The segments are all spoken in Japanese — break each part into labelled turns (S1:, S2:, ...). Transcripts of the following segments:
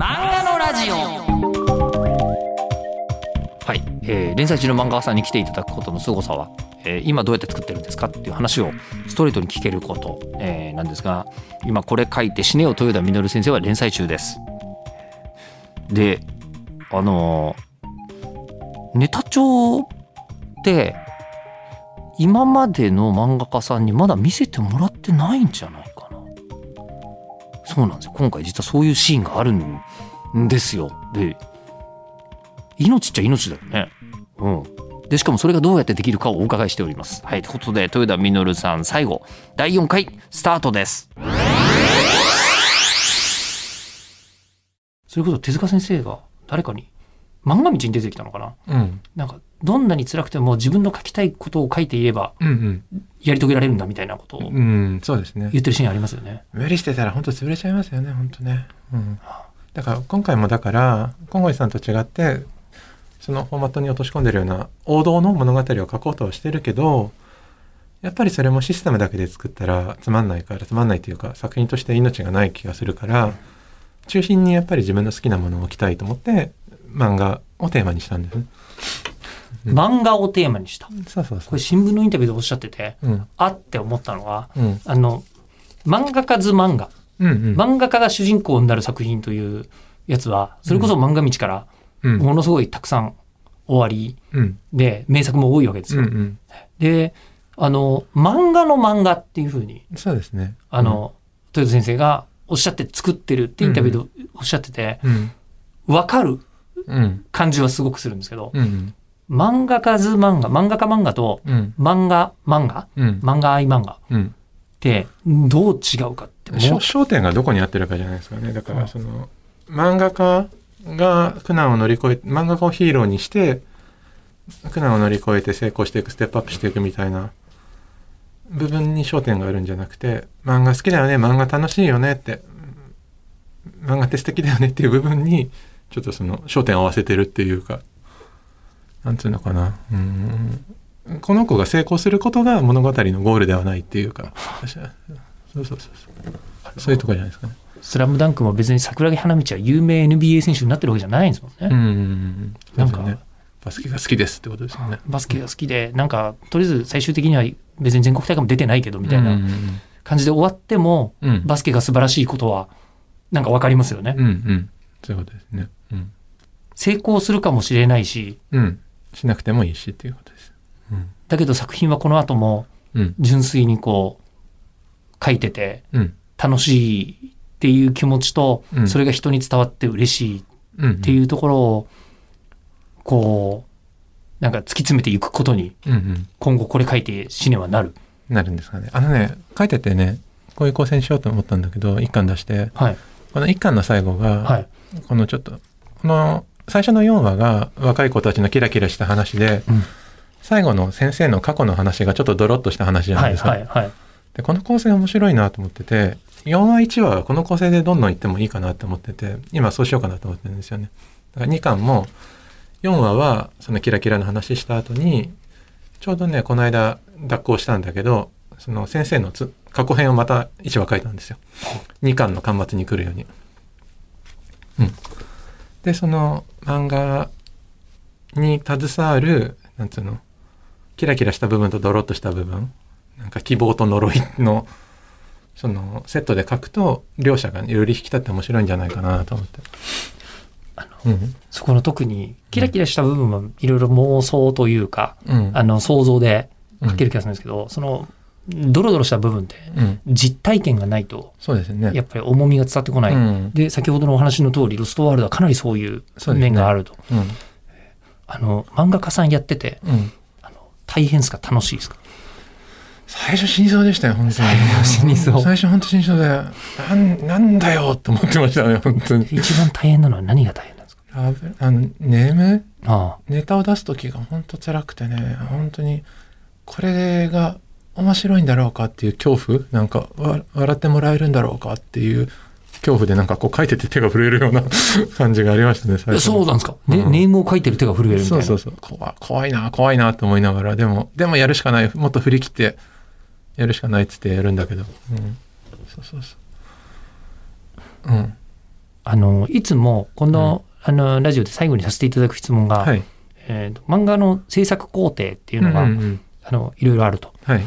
S1: ジオはい、えー連載中の漫画家さんに来ていただくことの凄さは、えー今どうやって作ってるんですかっていう話をストレートに聞けること、えーなんですが今これ書いて死ねよ豊田稔先生は連載中ですであのーネタ帳って今までの漫画家さんにまだ見せてもらってないんじゃないかなそうなんですよ今回実はそういうシーンがあるんですよで命っちゃ命だよねうんでしかもそれがどうやってできるかをお伺いしておりますはいということで豊田稔さん最後第4回スタートですそれこそ手塚先生が誰かに漫画道に出てきたのかな
S2: うん。
S1: なんかどんなに辛くても自分の書きたいことを書いていれば
S2: うん
S1: やり遂げられるんだみたいなことを
S2: うん。うん、そうですね。
S1: 言ってるシーンありますよね。
S2: 無理してたら本当潰れちゃいますよね、本当ね。うん。だから今回もだから、今回さんと違って、そのフォーマットに落とし込んでるような王道の物語を書こうとはしてるけど、やっぱりそれもシステムだけで作ったらつまんないから、つまんないというか作品として命がない気がするから、中心にやっぱり自分の好きなものを置きたいと思って、漫画をテーマにしたんですね。うん
S1: 漫画をテーマにした。
S2: そうそうそ
S1: こ
S2: う
S1: れ。新聞のインタビューでおっしゃってて、
S2: うん。
S1: あって思ったのは、
S2: うん。
S1: あの、漫画家図漫画。
S2: うんうん。
S1: 漫画家が主人公になる作品というやつは、それこそ漫画道から
S2: うん。
S1: ものすごいたくさん終わり
S2: うん。
S1: で、名作も多いわけです
S2: う
S1: よ。
S2: ん。
S1: で、あの、漫画の漫画っていうふうに、
S2: うん。そうですね。
S1: あの、豊田先生がおっしゃって作ってるってインタビューでおっしゃってて、
S2: うん。
S1: わかる
S2: うん。
S1: 感じはすごくするんですけど、
S2: うん。
S1: 漫画家図漫画、漫画家漫画と
S2: うん。
S1: 漫画漫画
S2: うん。
S1: 漫画愛漫画っ
S2: うん。
S1: てどう違うかって
S2: し
S1: も
S2: ょ
S1: う
S2: 焦点がどこに合ってるかじゃないですかね。だか
S1: うん
S2: ら、その、漫画家が苦難を乗り越え、漫画家をヒーローにして、苦難を乗り越えて成功していく、ステップアップしていくみたいな部分に焦点があるんじゃなくて、漫画好きだよね、漫画楽しいよねって、うん漫画って素敵だよねっていう部分に、ちょっとその焦点を合わせてるっていうか、なんつうのかな。うんこの子が成功することが物語のゴールではないっていうか、私はそうそうそうそう。そういうとこじゃないですかね。
S1: スラムダンクも別に桜木花道は有名 NBA 選手になってるわけじゃないんですもんね。
S2: ん。
S1: なんか
S2: そうですよね、バスケが好きですってことですよね。
S1: バスケが好きで、なんか、とりあえず最終的には別に全国大会も出てないけどみたいな感じで終わっても、
S2: うん。
S1: バスケが素晴らしいことは、なんかわかりますよね
S2: うん。うん。そういうことですね。うん。
S1: 成功するかもしれないし、
S2: うん。しなくてもいいしっていうことです。うん。
S1: だけど作品はこの後も
S2: うん。
S1: 純粋にこう、書いてて、
S2: うん。
S1: 楽しいっていう気持ちと、
S2: うん
S1: それが人に伝わって嬉しい
S2: うん。っ
S1: っていうところを、こう、なんか突き詰めていくことに、
S2: うん。うん。
S1: 今後これ書いて死ねはなる。
S2: なるんですかね。あのね、書いててね、こういう構成にしようと思ったんだけど、一巻出して、
S1: はい。
S2: この一巻の最後が、
S1: はい。
S2: このちょっと、この最初の4話が若い子たちのキラキラした話で、
S1: うん
S2: 最後の先生の過去の話がちょっとドロッとした話じゃな
S1: はいい。
S2: ですか。
S1: はい。はい。
S2: でこの構成面白いなと思ってて4話1話はこの構成でどんどんいってもいいかなと思ってて今そうしようかなと思ってるんですよねだから2巻も4話はそのキラキラの話した後にちょうどねこの間脱稿したんだけどその先生のつ過去編をまた1話書いたんですよ2巻の巻末に来るようにうんでその漫画に携わるなんつうのキラキラした部分とドロッとした部分なんか希望と呪いの、その、セットで書くと、両者がより引き立って面白いんじゃないかなと思って。うん。
S1: そこの特に、キラキラした部分はいろいろ妄想というか、
S2: うん。
S1: あの、想像で
S2: うん
S1: 書ける気がするんですけど、その、ドロドロした部分って、
S2: うん。
S1: 実体験がないと、
S2: そうですね。
S1: やっぱり重みが伝わってこない。
S2: うん。
S1: で、先ほどのお話の通り、ロストワールドはかなりそういう
S2: そうですね
S1: 面があると。
S2: うん。
S1: あの、漫画家さんやってて、
S2: うん。
S1: あの大変ですか楽しいですか
S2: 最初真相でしたよ、本当に。
S1: 最初死にそう
S2: 最初本当真相で、なん、なんだよと思ってましたね、本当に。
S1: 一番大変なのは何が大変なんですか
S2: あぶあの、ネーム
S1: あ
S2: ネタを出す時が本当辛くてね本当にこれが面白いんだろうかっていう恐怖なんかわ笑ってもらえるんだろうかっていう恐怖でなんかこう書いてて手が震えるような 感じがありましたね最
S1: あ。
S2: 初
S1: そうなんですか、ね
S2: うん
S1: ネームを書いてる手が震えるみたいな。
S2: そうそうそう怖怖いな怖いなと思いながらでもでもやるしかないもっと振り切ってやるしかないっつってやるんだけど、うん、そうそうそううん
S1: あの、いつもこのあのラジオで最後にさせていただく質問が、
S2: はい。
S1: えーと漫画の制作工程っていうのが、
S2: うんうんうん
S1: あのいろいろあると。
S2: はい。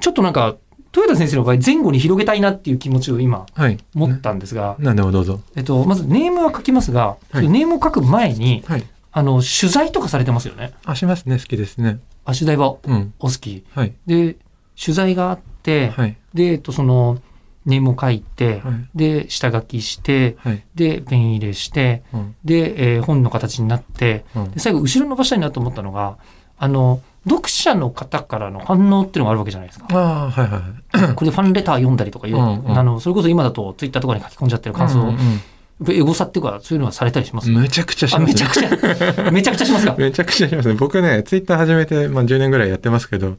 S1: ちょっとなんか豊田先生の場合前後に広げたいなっていう気持ちを今
S2: はい。
S1: 持ったんですが、
S2: ななんでもどうぞ。
S1: えっと、まずネームは書きますが、
S2: はい
S1: ネームを書く前に
S2: はい。
S1: あの取材とかされてますよね。
S2: あ、しますね。好きですね。
S1: あ取材はお
S2: うん。
S1: 好き。
S2: はい。
S1: で取材があって、
S2: はい。
S1: で、えっと、そのネームを書いて、
S2: はい。
S1: で下書きして
S2: はい。
S1: でペン入れして
S2: うん。
S1: で、えー本の形になって
S2: うん
S1: で。最後後ろ伸ばしたいなと思ったのがあの読者の方からの反応っていうのがあるわけじゃないですか。
S2: ああ、はいはいはい。
S1: これでファンレター読んだりとかいう、
S2: うんうん
S1: あのそれこそ今だとツイッターとかに書き込んじゃってる感想、
S2: う
S1: やっ
S2: ん
S1: ぱエゴサっていうかそういうのはされたりします、
S2: うんめちゃくちゃし
S1: あ
S2: ます、ね。
S1: めちゃくち ゃめちゃくちゃしますか
S2: めちゃくちゃしますね。僕ね、ツイッター始めて、まあ、10年ぐらいやってますけど、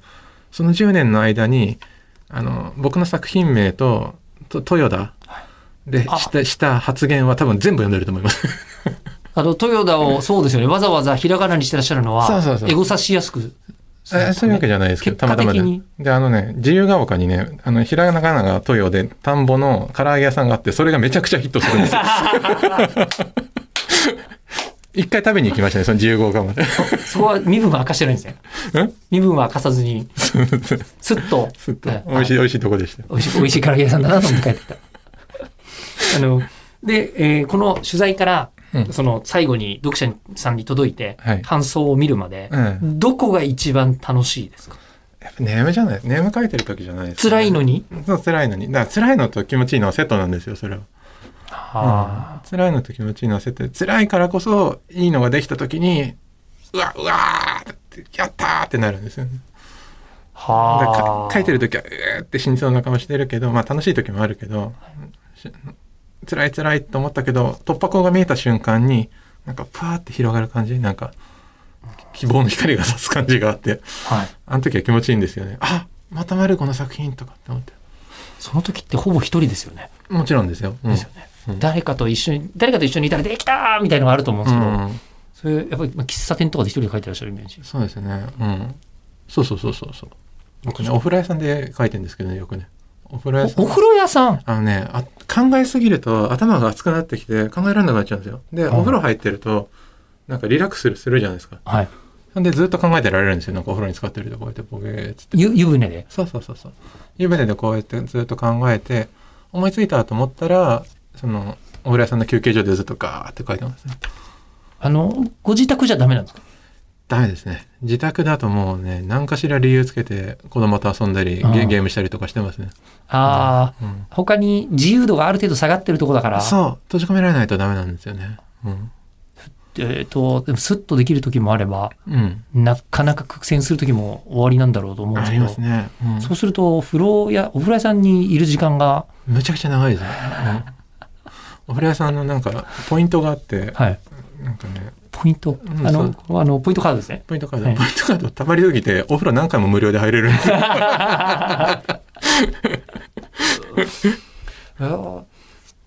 S2: その10年の間に、あの、僕の作品名と、と豊田で
S1: あ
S2: したした発言は多分全部読んでると思います。
S1: あの豊田をそうですよねわざわざひらがなにしてらっしゃるのは
S2: そうそうそう
S1: エゴサしやすくするん
S2: え
S1: ですか
S2: そういう
S1: ね
S2: わけじゃないですけど、
S1: 結
S2: た
S1: 果
S2: ま
S1: 的
S2: た
S1: に
S2: まで。で、あのね、自由が丘にね、あの、ひらがなが豊で、田んぼの唐揚げ屋さんがあって、それがめちゃくちゃヒットするんですよ。 一回食べに行きましたね、その自由が丘まで。
S1: そこは身分は明かしてないんですね
S2: うん
S1: 身分は明かさずにすっと
S2: ずっと
S1: はい、
S2: 美味しい、美味しいとこでしたよ。
S1: 美味しい、美味しい唐揚げ屋さんだなと思って帰ってきた。 あの、で、えーこの取材から、
S2: うん
S1: その最後に読者さんに届いて、
S2: はい
S1: 感想を見るまで、
S2: うん。
S1: どこが一番楽しいですか
S2: やっぱネームじゃない、ネーム書いてる時じゃないです、
S1: 辛いのに、
S2: そう辛いのにだから辛いのと気持ちいいのはセットなんですよそれは、
S1: あ
S2: うん辛いのと気持ちいいのはセットで辛いからこそいいのができた時にうわうわーってやったーってなるんですよね
S1: ー
S2: だから
S1: はあ。
S2: か書いてる時はうーって死にそうな顔してるけどまあ楽しい時もあるけどし辛い辛いと思ったけど突破口が見えた瞬間になんかパーって広がる感じなんか希望の光が差す感じがあって
S1: はい。
S2: あの時は気持ちいいんですよねあまたマルコの作品とかって思って
S1: その時ってほぼ一人ですよね。
S2: もちろんですよ、うん
S1: ですよね。
S2: うん
S1: 誰かと一緒に、誰かと一緒にいたらできたーみたいなのがあると思うんですけど、
S2: うん、
S1: それ、やっぱりまあ喫茶店とかで一人で書いてらっしゃるイメージ。
S2: そうですね。うん。そうそうそうそうそう。僕ね、お風呂屋さんで書いてるんですけどね、よくね。お風呂屋さ
S1: おお
S2: ん。
S1: 風呂屋さん
S2: あのねあ、考えすぎると頭が熱くなってきて考えられなくなっちゃうんですよ。で、
S1: はい
S2: お風呂入ってると、なんかリラックスするするじゃないですか。
S1: はい。
S2: なんでずっと考えてられるんですよ。なんかお風呂に使ってるとこうやってボケーっつって。
S1: ゆ湯船で。
S2: そうそうそうそう。湯船でこうやってずっと考えて、思いついたと思ったら、その、お風呂屋さんの休憩所でずっとガーって書いてますね。
S1: あの、ご自宅じゃダメなんですか
S2: ダメですね。自宅だともうね、何かしら理由つけて子供と遊んだり、
S1: ああ
S2: ゲゲームしたりとかしてますね。
S1: ああ。
S2: うん、
S1: 他に自由度がある程度下がってるとこだから、
S2: そう、閉じ込められないとダメなんですよね。うん。
S1: えっ、と、でもスッとできる時もあれば、
S2: うん。
S1: なかなか苦戦する時も終わりなんだろうと思うんです
S2: あ
S1: け
S2: り
S1: ど、
S2: ますね。うん
S1: そうすると、風呂や、お風呂屋さんにいる時間が、
S2: むちゃくちゃ長いですね。うんお風呂屋さんのなんか、ポイントがあって、
S1: はい、
S2: なんかね、
S1: ポイント、
S2: うん
S1: あ
S2: そう
S1: の、このあのポイントカードですね。
S2: ポイントカード、
S1: はい
S2: ポイントカード溜まりすぎて、お風呂何回も無料で入れるんですよ。
S1: いやー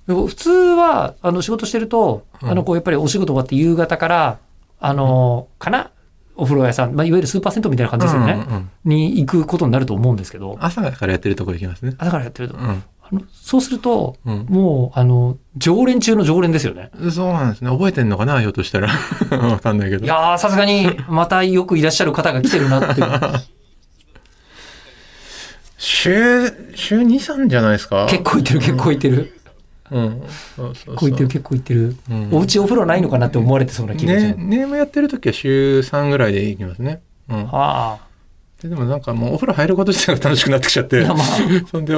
S1: でも普通は、あの、仕事してると、
S2: うん
S1: あの、こう、やっぱりお仕事終わって夕方から、あの、かなお風呂屋さん、まあ、いわゆるスーパー銭湯みたいな感じですよね。
S2: うんうん
S1: に行くことになると思うんですけど、
S2: 朝からやってるとこ行きますね。
S1: 朝からやってると。
S2: うん。
S1: あのそうすると、
S2: うん。
S1: もう、あの、常連中の常連ですよね。
S2: そうなんですね。覚えてんのかなひょっとしたら。 わかんないけど。
S1: いやー、さすが に、またよくいらっしゃる方が来てるなっていう。
S2: 週、週2、3じゃないですか
S1: 結構いってる、結構いって る。
S2: うん、そうそ
S1: 結
S2: うそう
S1: 構いってる、結構いってる。
S2: うん
S1: お家お風呂ないのかなって思われてそうな気がし
S2: ね、
S1: ます。
S2: ネームやってる時は週3ぐらいでいきますね。うん、
S1: あ
S2: ででもなんかもうお風呂入ること自体が楽しくなってきちゃって、
S1: いやまあ
S2: そんで、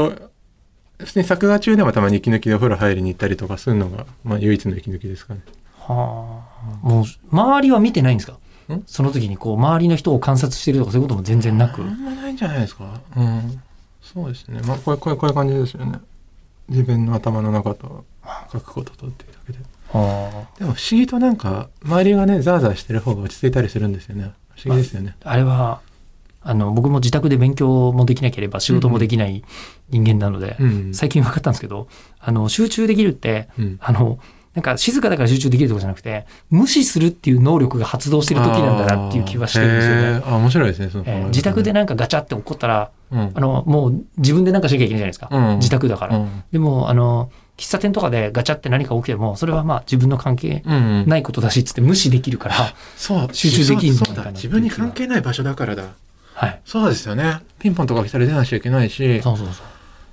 S2: 普通に作画中でもたまに息抜きでお風呂入りに行ったりとかするのが、まあ唯一の息抜きですかね。
S1: あ、はあ。もう、周りは見てないんですか
S2: ん
S1: その時にこう、周りの人を観察してるとかそういうことも全然な
S2: あ
S1: く。
S2: んまないんじゃないですか。うん。そうですね。まあこういう、こういうこういう感じですよね。自分の頭の中と書くこととっていうだけで。
S1: は
S2: でも不思議となんか、周りがね、ザーザーしてる方が落ち着いたりするんですよね。不思議ですよね。
S1: あ。あれは、あの、僕も自宅で勉強もできなければ仕事もできない人間なので、
S2: うん。
S1: 最近分かったんですけど、あの、集中できるって、
S2: うん
S1: あの、なんか静かだから集中できるとかじゃなくて、無視するっていう能力が発動してる時なんだなっていう気はしてるんですよね。
S2: あーへーあ、面白いですね、その考え
S1: え
S2: 方
S1: ー
S2: ね
S1: 自宅でなんかガチャって起こったら、
S2: うん
S1: あの、もう自分でなんかしなきゃいけないじゃないですか。
S2: うん
S1: 自宅だから。
S2: うん
S1: でも、あの、喫茶店とかでガチャって何か起きてもそれはまあ自分の関係
S2: うんうん
S1: ないことだしっつって無視できるから、
S2: そう
S1: 集中できんの
S2: そう
S1: みたい
S2: だ
S1: な
S2: 自分に関係ない場所だからだ
S1: はい
S2: そうですよねピンポンとか来たら出なきゃいけないし
S1: そうそうそう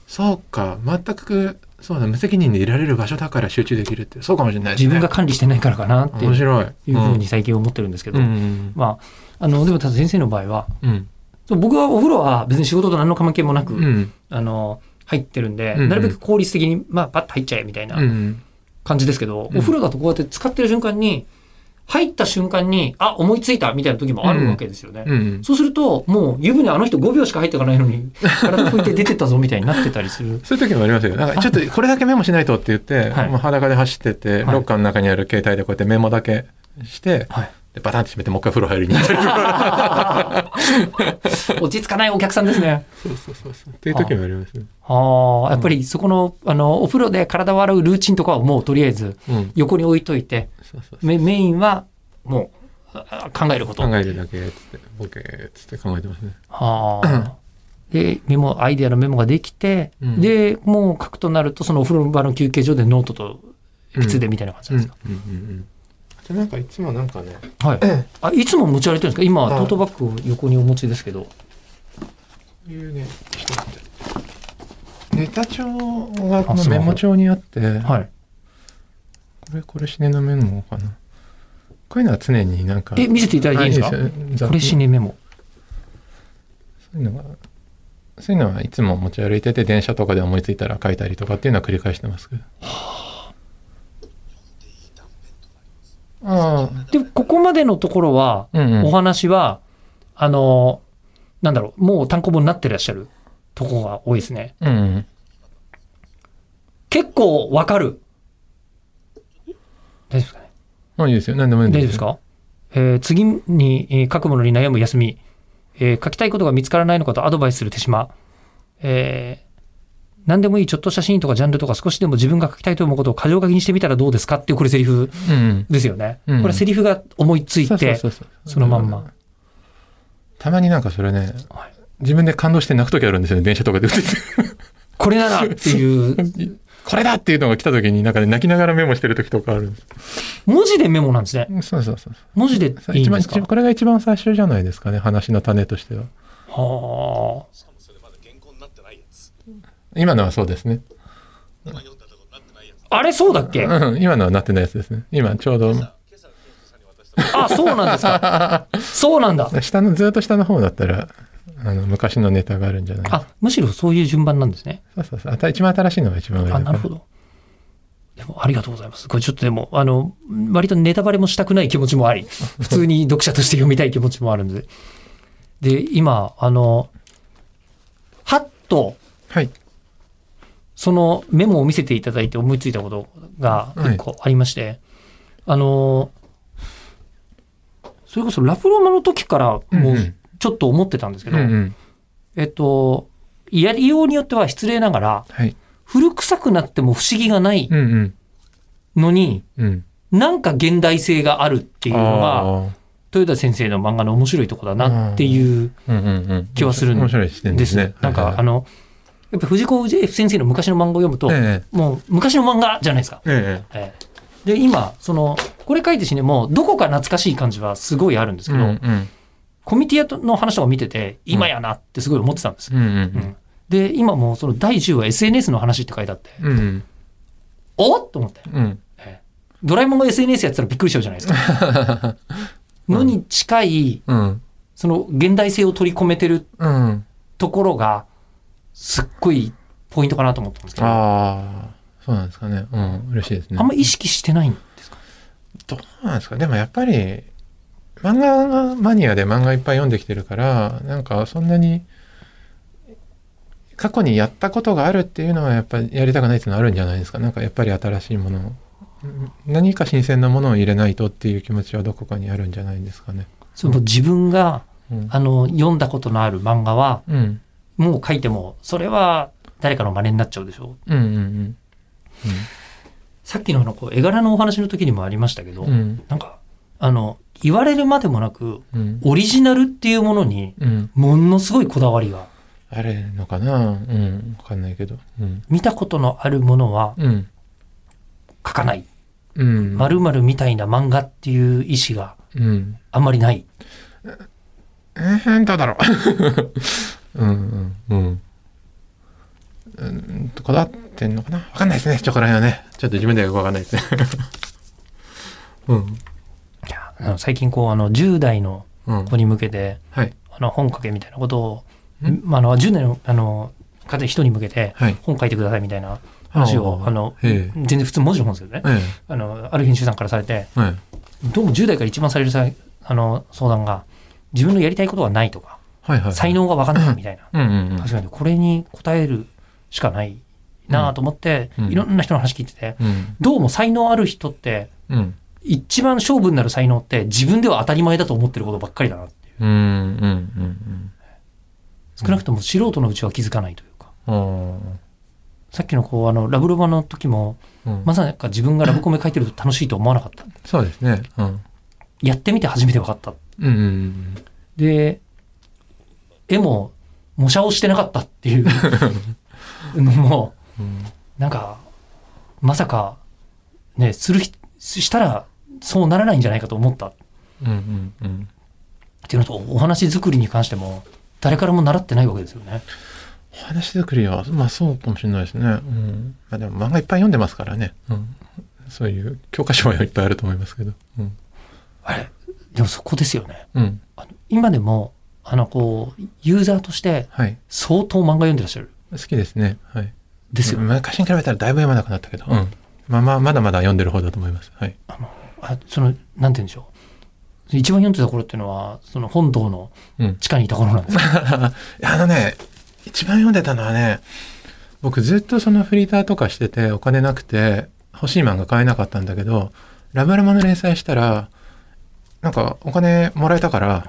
S2: そうか全くそうだ無責任でいられる場所だから集中できるってそうかもしれないです
S1: 自
S2: ね
S1: 分が管理してないからかなってい
S2: 面
S1: う
S2: 白い
S1: いうふうに最近思ってるんですけど、
S2: うんうん
S1: まああのでもただ先生の場合は
S2: うん
S1: 僕はお風呂は別に仕事と何の関係もなく、
S2: うん
S1: あの入ってるんで、
S2: うんうん
S1: なるべく効率的に、まあ、パッと入っちゃえみたいな
S2: うん
S1: 感じですけど、
S2: うん
S1: お風呂だとこうやって使ってる瞬間に入った瞬間にあ思いついたみたいな時もあるわけですよね。
S2: うん
S1: そうすると、もう湯船あの人5秒しか入ってかないのに、体拭いて出てったぞみたいになってたりす
S2: 。
S1: る
S2: そういう時もありますよ。なんかちょっとこれだけメモしないとって言って、
S1: はい
S2: もう裸で走ってて、
S1: はい
S2: ロッカーの中にある携帯でこうやってメモだけして、
S1: はい
S2: でバタンって閉めてもう一回風呂入りに行ったりとか。
S1: 落ち着かないお客さんですね。
S2: そうそうそうそう。っていう時もありますね。
S1: ああ、やっぱりそこの、あの、お風呂で体を洗うルーチンとかはもうとりあえず
S2: うん。
S1: 横に置いといて、
S2: そうそうそう
S1: メメインはもうあ考えること。
S2: 考えるだけっつって、ボケーっつって考えてますね。
S1: はあ。 で、メモ、アイデアのメモができて、
S2: うん
S1: で、もう書くとなると、そのお風呂場の休憩所でノートと鉛筆でみたいな感じ
S2: う
S1: なんん
S2: う
S1: で
S2: ん
S1: すか。
S2: うんうん。あとなんかいつもなんかね、
S1: はい。あ、いつも持ち歩いてるんですか今、
S2: はい
S1: トートバッグを横にお持ちですけど。
S2: こういうね、ちょっと待ってネタ帳がこ
S1: あ
S2: の
S1: スマ
S2: メ
S1: ホ
S2: モ帳にあって、
S1: はい。
S2: これこれシネのメモかな。こういうのは常になんか。
S1: え、見せていただいていいですか
S2: あいいですよ
S1: これ死ねメモ。
S2: そういうのが、そういうのはいつも持ち歩いてて、電車とかで思いついたら書いたりとかっていうのは繰り返してますけど。ああ、
S1: で、ここまでのところは、
S2: うんう
S1: お
S2: ん。
S1: 話は、あの、なんだろう、もう単行本になってらっしゃるとこが多いですね。
S2: うんうん、
S1: 結構わかる。大丈夫ですかね
S2: もういいですよ。何でも
S1: 大
S2: いいん
S1: 丈夫ですか、えー次に、えー書くものに悩む休み、えー書きたいことが見つからないのかとアドバイスする手島、えー何でもいいちょっとしたシーンとかジャンルとか少しでも自分が書きたいと思うことを過剰書きにしてみたらどうですかっていうこれセリフ
S2: うんうん。
S1: ですよね。
S2: うん
S1: これセリフが思いついて、
S2: そうそうそうそう
S1: そのまんま。
S2: たまになんかそれね、
S1: はい
S2: 自分で感動して泣く時あるんですよね、電車とかで。
S1: これならっていう、
S2: これだっていうのが来た時に、なんかね、泣きながらメモしてる時とかあるんです。
S1: 文字でメモなんですね。
S2: うんそうそうそう
S1: 文字で
S2: そう。
S1: いい
S2: 一
S1: ん
S2: 番
S1: ですか
S2: 一番これが一番最初じゃないですかね、話の種としては。
S1: はあ。
S3: しかもそれまだ原稿になってないやつ。
S2: 今のはそうですね。
S3: 今読んだとこになってないやつ。
S1: あれそうだっけ
S2: うん、今のはなってないやつですね。今ちょうど、
S3: 今朝、ケントさんに渡した。
S1: あ、そうなんですか。 そうなんだ。
S2: 下の、ずっと下の方だったら、あの、昔のネタがあるんじゃない
S1: あ、むしろそういう順番なんですね。
S2: そうそうそう。あた一番新しいのが一番上だ
S1: あ、
S2: か
S1: な
S2: ら
S1: るほど。でもありがとうございます。これちょっとでも、あの、割とネタバレもしたくない気持ちも あり、普通に読者として読みたい気持ちもあるので。で、今、あの、はっと、
S2: はい。
S1: そのメモを見せていただいて思いついたことが一個ありまして、あの、それこそラプロマの時からも
S2: うんう
S1: うんちょっと思ってたんですけ
S2: うん
S1: ど、
S2: うん。
S1: えっと、やりようによっては失礼ながら、
S2: はい。
S1: 古臭くなっても不思議がない
S2: うんうん。
S1: のに、
S2: うん。
S1: なんか現代性があるっていうのが、豊田先生の漫画の面白いとこだなっていう
S2: あーうんうんうん。
S1: 気はするん
S2: 面白い視点で
S1: ですす
S2: ね
S1: ね。。なん
S2: はい
S1: か、
S2: はい
S1: あの、やっぱ藤子 F 先生の昔の漫画を読むと、
S2: え
S1: もう昔の漫画じゃないですか。
S2: え。え
S1: ええで、今、その、これ書いてしね、もうどこか懐かしい感じはすごいあるんです
S2: え。
S1: けど、
S2: うん
S1: コミティアの話とか見てて、今やなってすごい思ってたんです。
S2: うん
S1: うんで、今もうその第10話 SNS の話って書いてあって、
S2: うんうん。うん
S1: おっと思って。
S2: うんうん。
S1: ええドラえもんが SNS やってたらびっくりしちゃうじゃないですか。 のに近い、
S2: うん。
S1: その現代性を取り込めてる
S2: うん。
S1: ところが、すっごいポイントかなと思ったんですけど、あ
S2: ああ。そうなんですかね。うん。嬉しいですね。
S1: んま意識してないんですか
S2: どうなんですかでもやっぱり漫画マニアで漫画いっぱい読んできてるからなんかそんなに過去にやったことがあるっていうのはやっぱりやりたくないっていうのはあるんじゃないですかなんかやっぱり新しいものをうん何か新鮮なものを入れないとっていう気持ちはどこかにあるんじゃないですかね。
S1: それも自分が、
S2: うん、
S1: あの、読んだことのある漫画は、
S2: うん、
S1: もう書いても、それは誰かの真似になっちゃうでしょう。
S2: うん、うん、
S1: さっきのあの、こう、絵柄のお話の時にもありましたけど、
S2: うん、うん、
S1: なんか、あの、言われるまでもなく、
S2: うん、
S1: オリジナルっていうものに、
S2: うん、
S1: ものすごいこだわりが、
S2: あるのかなうん、わかんないけど。うん、
S1: 見たことのあるものは、
S2: うん、
S1: 書かない、
S2: うん。
S1: まるまるみたいな漫画っていう意思が
S2: うん。
S1: あんまりない。
S2: えー、どうだろう。うんうんうん。うんとこだわってんのかなわかんないですね。ちょ、この辺はね。ちょっと自分ではよくわかんないですね。うん。
S1: いやあの最近こうあの10代の
S2: うん。
S1: 子に向けて
S2: はい。
S1: あの本書けみたいなことを、
S2: ん
S1: まあ、あの10代のあの方人に向けて
S2: はい
S1: 本書いてくださいみたいな話を
S2: あー
S1: あの
S2: へえ
S1: 全然普通文字の本ですけどね
S2: ええ。
S1: あのある編集さんからされて
S2: はい。
S1: どうも10代から一番されるさあの相談が自分のやりたいことがないとか
S2: はいはい。
S1: 才。能が分かんないみたいな
S2: うんうんうん。
S1: 確かにこれに応えるしかないなと思って、
S2: うん
S1: いろんな人の話聞いてて、
S2: うん。
S1: どうも才能ある人って
S2: うん。
S1: 一番勝負になる才能って自分では当たり前だと思ってることばっかりだなっていう
S2: うんうんうん
S1: 少なくとも素人のうちは気づかないというか
S2: うん。
S1: さっきのこうあのラブロバの時も
S2: ああ。うん
S1: まさか自分がラブコメ書いてると楽しいと思わなかった
S2: そうですね。うん。
S1: やってみて初めて分かった
S2: うんうん
S1: で絵も模写をしてなかったって いうのも
S2: うんうん。
S1: なんか、まさか、ね、するひ、したら、そうならないんじゃないかと思ったっ
S2: うんうんうん。
S1: ていうのと、お話作りに関しても、誰からも習ってないわけですよね。
S2: お話作りは、まあそうかもしれないですね。うん。まあでも漫画いっぱい読んでますからね。うん。そういう教科書はいっぱいあると思いますけど。うん。
S1: あれでもそこですよね。
S2: うん。
S1: あの今でも、あの、こう、ユーザーとして、
S2: はい。
S1: 相当漫画読んでらっしゃる。
S2: 好きですね。はい。
S1: ですよね。
S2: 昔に比べたらだいぶ読まなくなったけど。うん。まあまあ、まだまだ読んでる方だと思います。はい。
S1: あの、あその、なんて言うんでしょう。一番読んでた頃っていうのは、その本堂の
S2: うん。
S1: 地下にいた頃なんです よ。
S2: あのね、一番読んでたのはね、僕ずっとそのフリーターとかしててお金なくて欲しい漫画買えなかったんだけど、ラブラマの連載したら、なんかお金もらえたから、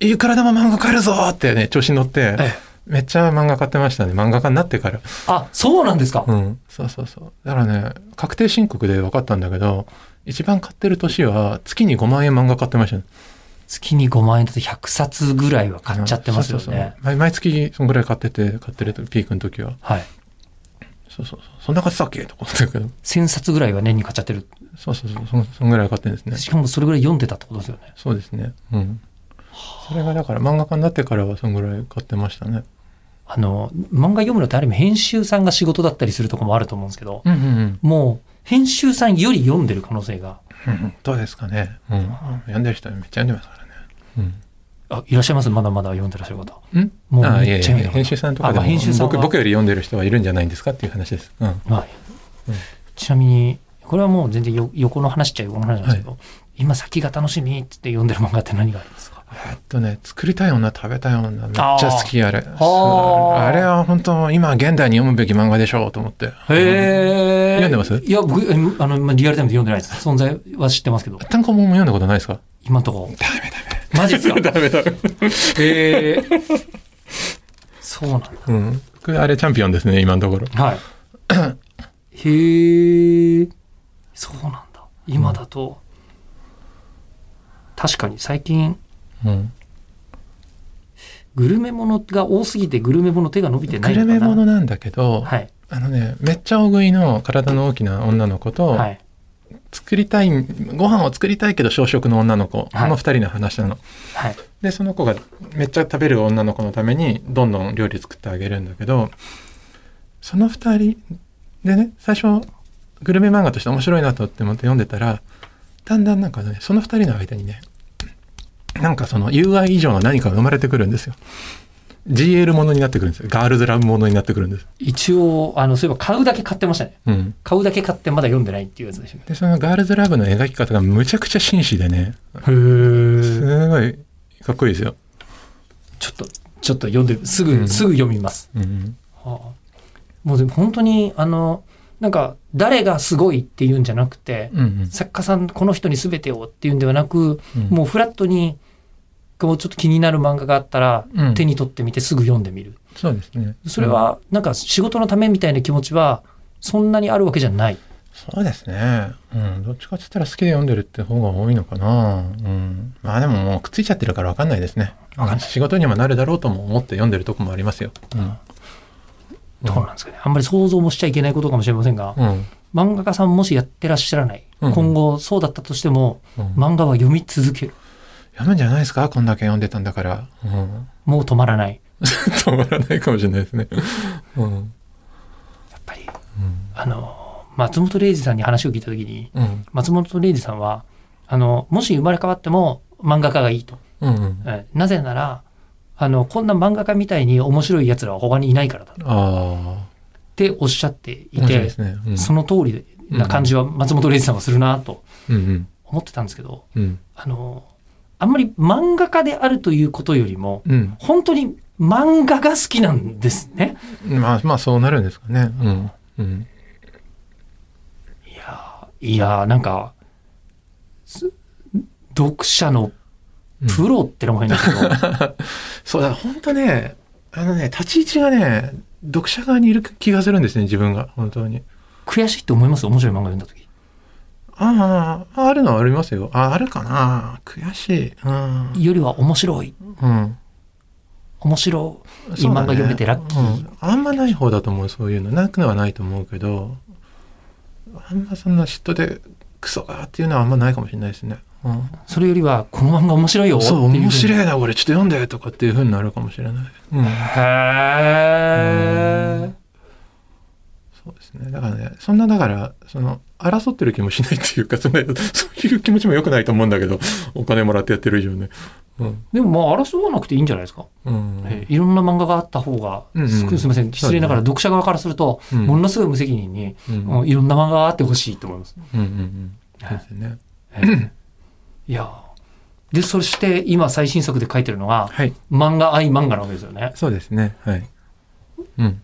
S2: いくらでも漫画買えるぞってね、調子に乗って
S1: ええ、
S2: めっちゃ漫画買ってましたね。漫画家になってから。
S1: あ、そうなんですか。
S2: うん。そうそうそう。だからね、確定申告で分かったんだけど、一番買ってる年は月に5万円漫画買ってましたね。
S1: 月に5万円だと100冊ぐらいは買っちゃってますよ
S2: そうそう
S1: ね。
S2: そう毎毎月そんぐらい買ってて、買ってるとピークの時は。
S1: はい。
S2: そうそうそう。そんな感じだっけとか思ってるけど。
S1: 1000冊ぐらいは年に買っちゃってる
S2: そうそうそう。そんそんぐらい買ってるんですね。
S1: しかもそれぐらい読んでたってことですよね。
S2: そうですね。うん。それがだから漫画家になってからはそんぐらい買ってましたね。
S1: あの、漫画読むのってある意味編集さんが仕事だったりするとこもあると思うんですけど、
S2: うんうん
S1: もう編集さんより読んでる可能性が、
S2: うん。どうですかね。うん。読んでる人めっちゃ読んでますからね。
S1: あ、いらっしゃいますまだまだ読んでらっしゃる方。
S2: うん。ん
S1: もう
S2: ああい
S1: め
S2: や
S1: っ
S2: い
S1: ちゃ
S2: や
S1: 読んでる
S2: 編集さんとかで
S1: あ
S2: も
S1: 編集さんは
S2: 僕僕より読んでる人はいるんじゃないんですかっていう話です。うん。
S1: はい。
S2: うん
S1: ちなみに、これはもう全然よ横の話っちゃ横の話なんですけど、今先が楽しみって言って読んでる漫画って何がありますか
S2: えっとね、作りたい女、食べたい女、めっちゃ好きあれ。そう
S1: あー
S2: あれは本当、今現代に読むべき漫画でしょうと思って。
S1: へ
S2: 読んでます
S1: いや、僕、えあの、まあリアルタイムで読んでないです。存在は知ってますけど、
S2: 単行本も読んだことないですか
S1: 今んとこ。ダメダメ。マジっすか
S2: ダメダメ。
S1: へえ。そうなんだ。
S2: うん。僕あれチャンピオンですね、今のところ。
S1: はい。へえ。そうなんだ。今だと、確かに最近、
S2: うん。
S1: グルメものが多すぎてグルメもの手が伸びてな
S2: グ
S1: いのかな。
S2: ルメものなんだけど、
S1: はい。
S2: あのね、めっちゃ大食いの体の大きな女の子と、
S1: はい。
S2: 作りたい、ご飯を作りたいけど小食の女の子、
S1: はい
S2: の二人の話なの。
S1: はい。
S2: で、その子がめっちゃ食べる女の子のために、どんどん料理作ってあげるんだけど、その二人でね、最初、グルメ漫画として面白いなと思って読んでたら、だんだんなんかね、その二人の間にね、なんかその UI 以上の何かが生まれてくるんですよ。GL ものになってくるんですよ。ガールズラブものになってくるんです。
S1: 一応、あの、そういえば買うだけ買ってましたね。
S2: うん。
S1: 買うだけ買ってまだ読んでないっていうやつでしたね。
S2: で、そのガールズラブの描き方がむちゃくちゃ紳士でね、
S1: へえ。
S2: すごいかっこいいですよ。
S1: ちょっと、ちょっと読んで、すぐ、
S2: うん
S1: すぐ読みます。
S2: うん。
S1: はあ、もうでも本当に、あの、なんか、誰がすごいっていうんじゃなくて、
S2: うん
S1: 作家さんこの人に全てをっていうんではなく、
S2: うん。
S1: もうフラットにこうちょっと気になる漫画があったら、
S2: うん
S1: 手に取ってみてすぐ読んでみる
S2: そうですね。
S1: それはなんか仕事のためみたいな気持ちはそんなにあるわけじゃない
S2: そうですね。うん。どっちかって言ったら好きで読んでるって方が多いのかな。うん。まあでももうくっついちゃってるからわかんないですね。
S1: わかんない
S2: 仕事にもなるだろうとも思って読んでるとこもありますよ。うん。
S1: どうなんですかねあんまり想像もしちゃいけないことかもしれませんが、
S2: うん。
S1: 漫画家さんもしやってらっしゃらない、
S2: うん
S1: 今後そうだったとしても
S2: うん
S1: 漫画は読み続ける
S2: 読むんじゃないですかこんだけ読んでたんだから。うん、
S1: もう止まらない
S2: 止まらないかもしれないですね。うん。
S1: やっぱりあの松本零士さんに話を聞いた時に
S2: うん。
S1: 松本零士さんはあのもし生まれ変わっても漫画家がいいと、
S2: うん。うん、あ
S1: えなぜならあのこんな漫画家みたいに面白いやつらは他にいないからだっ
S2: あ
S1: ておっしゃってい
S2: ー。面白い
S1: て
S2: ですね。うん。
S1: その通りな感じは松本零士さんはするなと
S2: うん
S1: 思ってたんですけど、
S2: うん。うん。
S1: あの、あんまり漫画家であるということよりも、
S2: うん。
S1: 本当に漫画が好きなんですね。
S2: まあまあそうなるんですかね。うん。うん。
S1: いやー、いやーなんか、す読者のプロってのも変だけど、
S2: そうだ、本当ね、あのね、立ち位置がね、読者側にいる気がするんですね、自分が、本当に。
S1: 悔しいって思います面白い漫画読んだ時。
S2: ああ、あるのはありますよ。ああ、るかな。悔しい。うん。
S1: よりは面白い、
S2: うん。
S1: 面白い
S2: そう
S1: 漫
S2: だ
S1: 画
S2: ね
S1: 読めてラッキー。
S2: うんあんまない方だと思う、そういうの。なくはないと思うけど、あんまそんな嫉妬で、クソがーっていうのはあんまないかもしれないですね。うん。
S1: それよりは、この漫画面白いよっていう
S2: そう、
S1: ふうに。
S2: 面
S1: い。
S2: 白いな、これ、ちょっと読んでとかっていうふうになるかもしれない。うん。
S1: へー。
S2: そうですね。だからね、そんな、だから、その、争ってる気もしないっていうか、そんな、そういう気持ちも良くないと思うんだけど、お金もらってやってる以上ね。うん。
S1: でもまあ争わなくていいんじゃないですか。
S2: うん。
S1: えーいろんな漫画があった方が、
S2: うんうん
S1: すすみません、失礼ながら
S2: そう
S1: 読者側からすると、
S2: うん
S1: ものすごい無責任に、
S2: うん。うん。
S1: も
S2: う
S1: ういろんな漫画があってほしいと思います。
S2: んうん。そうですよね。
S1: えーいやーで、そして今最新作で書いてるのが、
S2: はい。
S1: 漫画愛漫画なわけですよね。
S2: そうですね。はい。うん。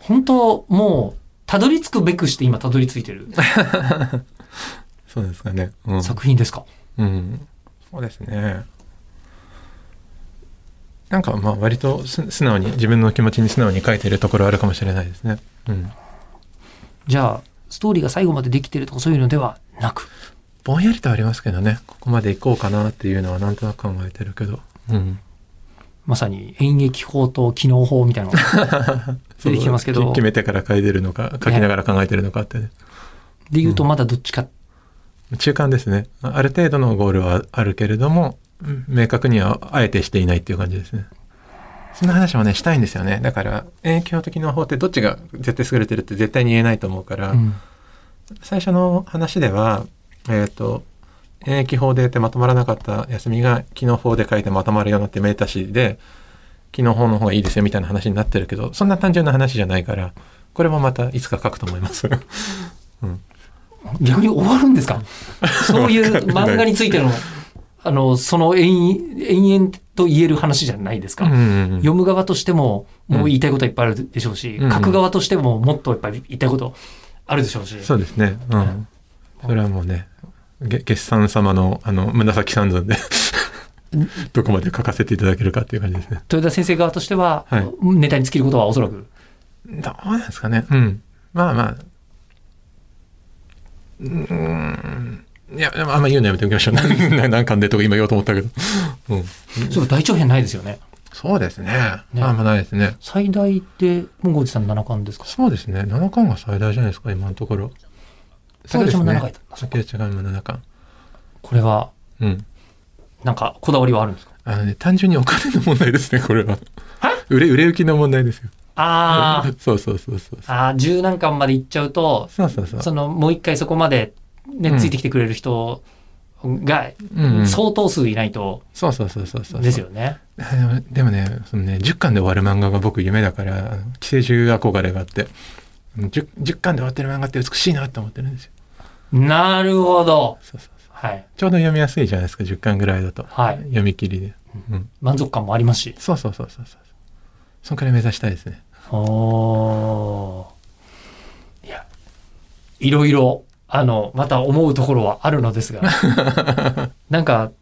S1: 本当、もう、たどり着くべくして今たどり着いてる
S2: そうですかね。うん。
S1: 作品ですか。
S2: うん、そうですね。なんかまあ割とす素直に自分の気持ちに素直に書いてるところあるかもしれないですね。うん、
S1: じゃあ、ストーリーが最後までできてるとかそういうのではなく、
S2: ぼんやりとはありますけどねここまで行こうかなっていうのはなんとなく考えてるけど、うん、
S1: まさに演劇法と機能法みたいなのが出てきてますけ
S2: そう
S1: ど、
S2: 決
S1: で
S2: めてから書いてるのか書きながら考えてるのかって、ね、
S1: 言うとまだどっちか、
S2: 中間ですねあある程度のゴールはあるけれども明確にはあえてしていないっていう感じですねその話もねしたいんですよねだから影響的な方ってどっちが絶対優れてるって絶対に言えないと思うから、
S1: うん
S2: 最初の話ではえっ、と演疫法でやってまとまらなかった休みが機能法で書いてまとまるようになってめでたしで機能法の方がいいですよみたいな話になってるけどそんな単純な話じゃないからこれもまたいつか書くと思います
S1: 逆に終わるんですかそういう
S2: わかんない
S1: 漫画についての、あの、その延々延々と言える話じゃないですか。
S2: うんうんうん
S1: 読む側としても、もう言いたいことはいっぱいあるでしょうし、
S2: うん
S1: 書く側としてももっといっぱい言いたいことあるでしょうし、
S2: そうですね。うん。それはもうね、げ月産様の、あの、紫三寸で、 どこまで書かせていただけるかっていう感じですね。
S1: 豊田先生側としては、
S2: はい
S1: ネタに尽きることはおそらく。
S2: どうなんですかね。うん。まあまあ。うーん。いや、でもあんま言うのやめておきまし ょう。ななんかんでとか今言おうと思ったけど。うん。
S1: そう大長編ないですよね。
S2: そうですね。
S1: ね
S2: あんまないですね。
S1: 最大で、もうゴージさん7巻ですか
S2: そうですね。七巻が最大じゃないですか、今のところ。
S1: 竹内も七巻だ
S2: そうですね。竹内が今七巻。
S1: これは、
S2: うん。
S1: なんかこだわりはあるんですか
S2: あのね、単純にお金の問題ですね、これは。売れ、売れ行きの問題ですよ。
S1: あー
S2: そうそうそうそう。
S1: あー、10何巻まで行っちゃうと、
S2: そうそうそう。
S1: そのもう一回そこまで、ね、
S2: うん
S1: ついてきてくれる人が
S2: うんうん
S1: 相当数いないと
S2: そうそうそうそうそう。
S1: ですよね。
S2: でも。でもね、そのね、10巻で終わる漫画が僕夢だから、あの寄生獣憧れがあって、10, 10巻で終わってる漫画って美しいなと思ってるんですよ。
S1: なるほど。
S2: そうそうそう
S1: はい。
S2: ちょうど読みやすいじゃないですか、10巻ぐらいだと。
S1: はい
S2: 読み切りで。うん。
S1: 満足感もありますし。
S2: そうそうそうそうそう。そんくらい目指したいですね。
S1: おーいや、いろいろ、あの、また思うところはあるのですが、 なんか、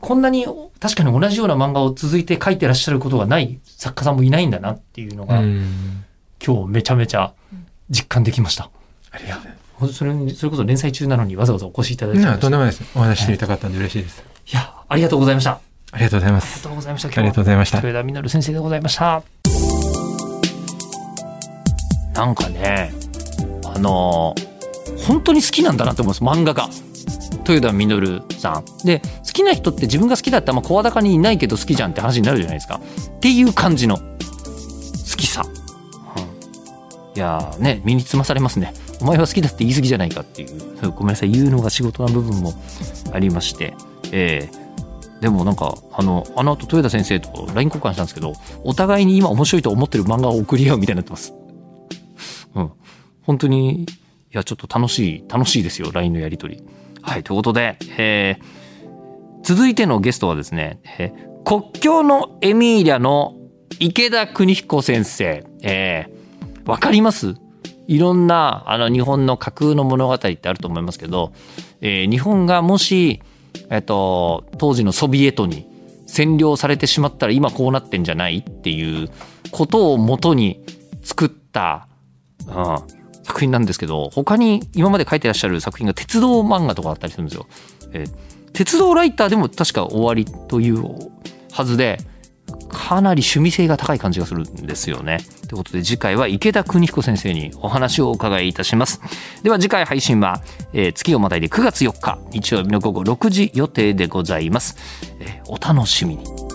S1: こんなに確かに同じような漫画を続いて書いてらっしゃることがない作家さんもいないんだなっていうの
S2: う
S1: が、
S2: ん。
S1: 今日めちゃめちゃ実感できました。
S2: ありがとうござい
S1: ほんとそれにそれこそ連載中なのにわざわざお越しいただいて
S2: ます。
S1: い
S2: い
S1: ま
S2: や、
S1: した
S2: とん
S1: い
S2: でもないです。お話ししていたかったんで嬉しいです。
S1: やありがとうございましたあ
S2: ありがとうございま
S1: りが
S2: す。
S1: とうございました
S2: あ
S1: 今
S2: りが
S1: 日
S2: とう
S1: は
S2: ございました。
S1: 豊田稔先生でございましたなんかねあの本当に好きなんだなと思います漫画が。豊田稔さんで好きな人って自分が好きだってあんま声高にいないけど好きじゃんって話になるじゃないですかっていう感じの好きさ、うんいやーね身につまされますねお前は好きだって言い過ぎじゃないかっていうごめんなさい言うのが仕事な部分もありましてえーでもなんかあのあの後豊田先生と LINE 交換したんですけどお互いに今面白いと思ってる漫画を送り合うみたいになってますうん本当にいやちょっと楽しい楽しいですよ LINE のやり取りはい、ということで、えー続いてのゲストはですね、えー国境のエミーリャの池田邦彦先生。えーわかりますいろんなあの日本の架空の物語ってあると思いますけど、えー日本がもし、えっと、当時のソビエトに占領されてしまったら今こうなってんじゃないっていうことをもとに作った、うん、作品なんですけど他に今まで書いてらっしゃる作品が鉄道漫画とかあったりするんですよ。えー鉄道ライターでも確か終わりというはずでかなり趣味性が高い感じがするんですよね。ということで次回は池田邦彦先生にお話をお伺いいたします。では次回配信は、えー月をまたいで9月4日日曜日の午後6時予定でございます。えーお楽しみに。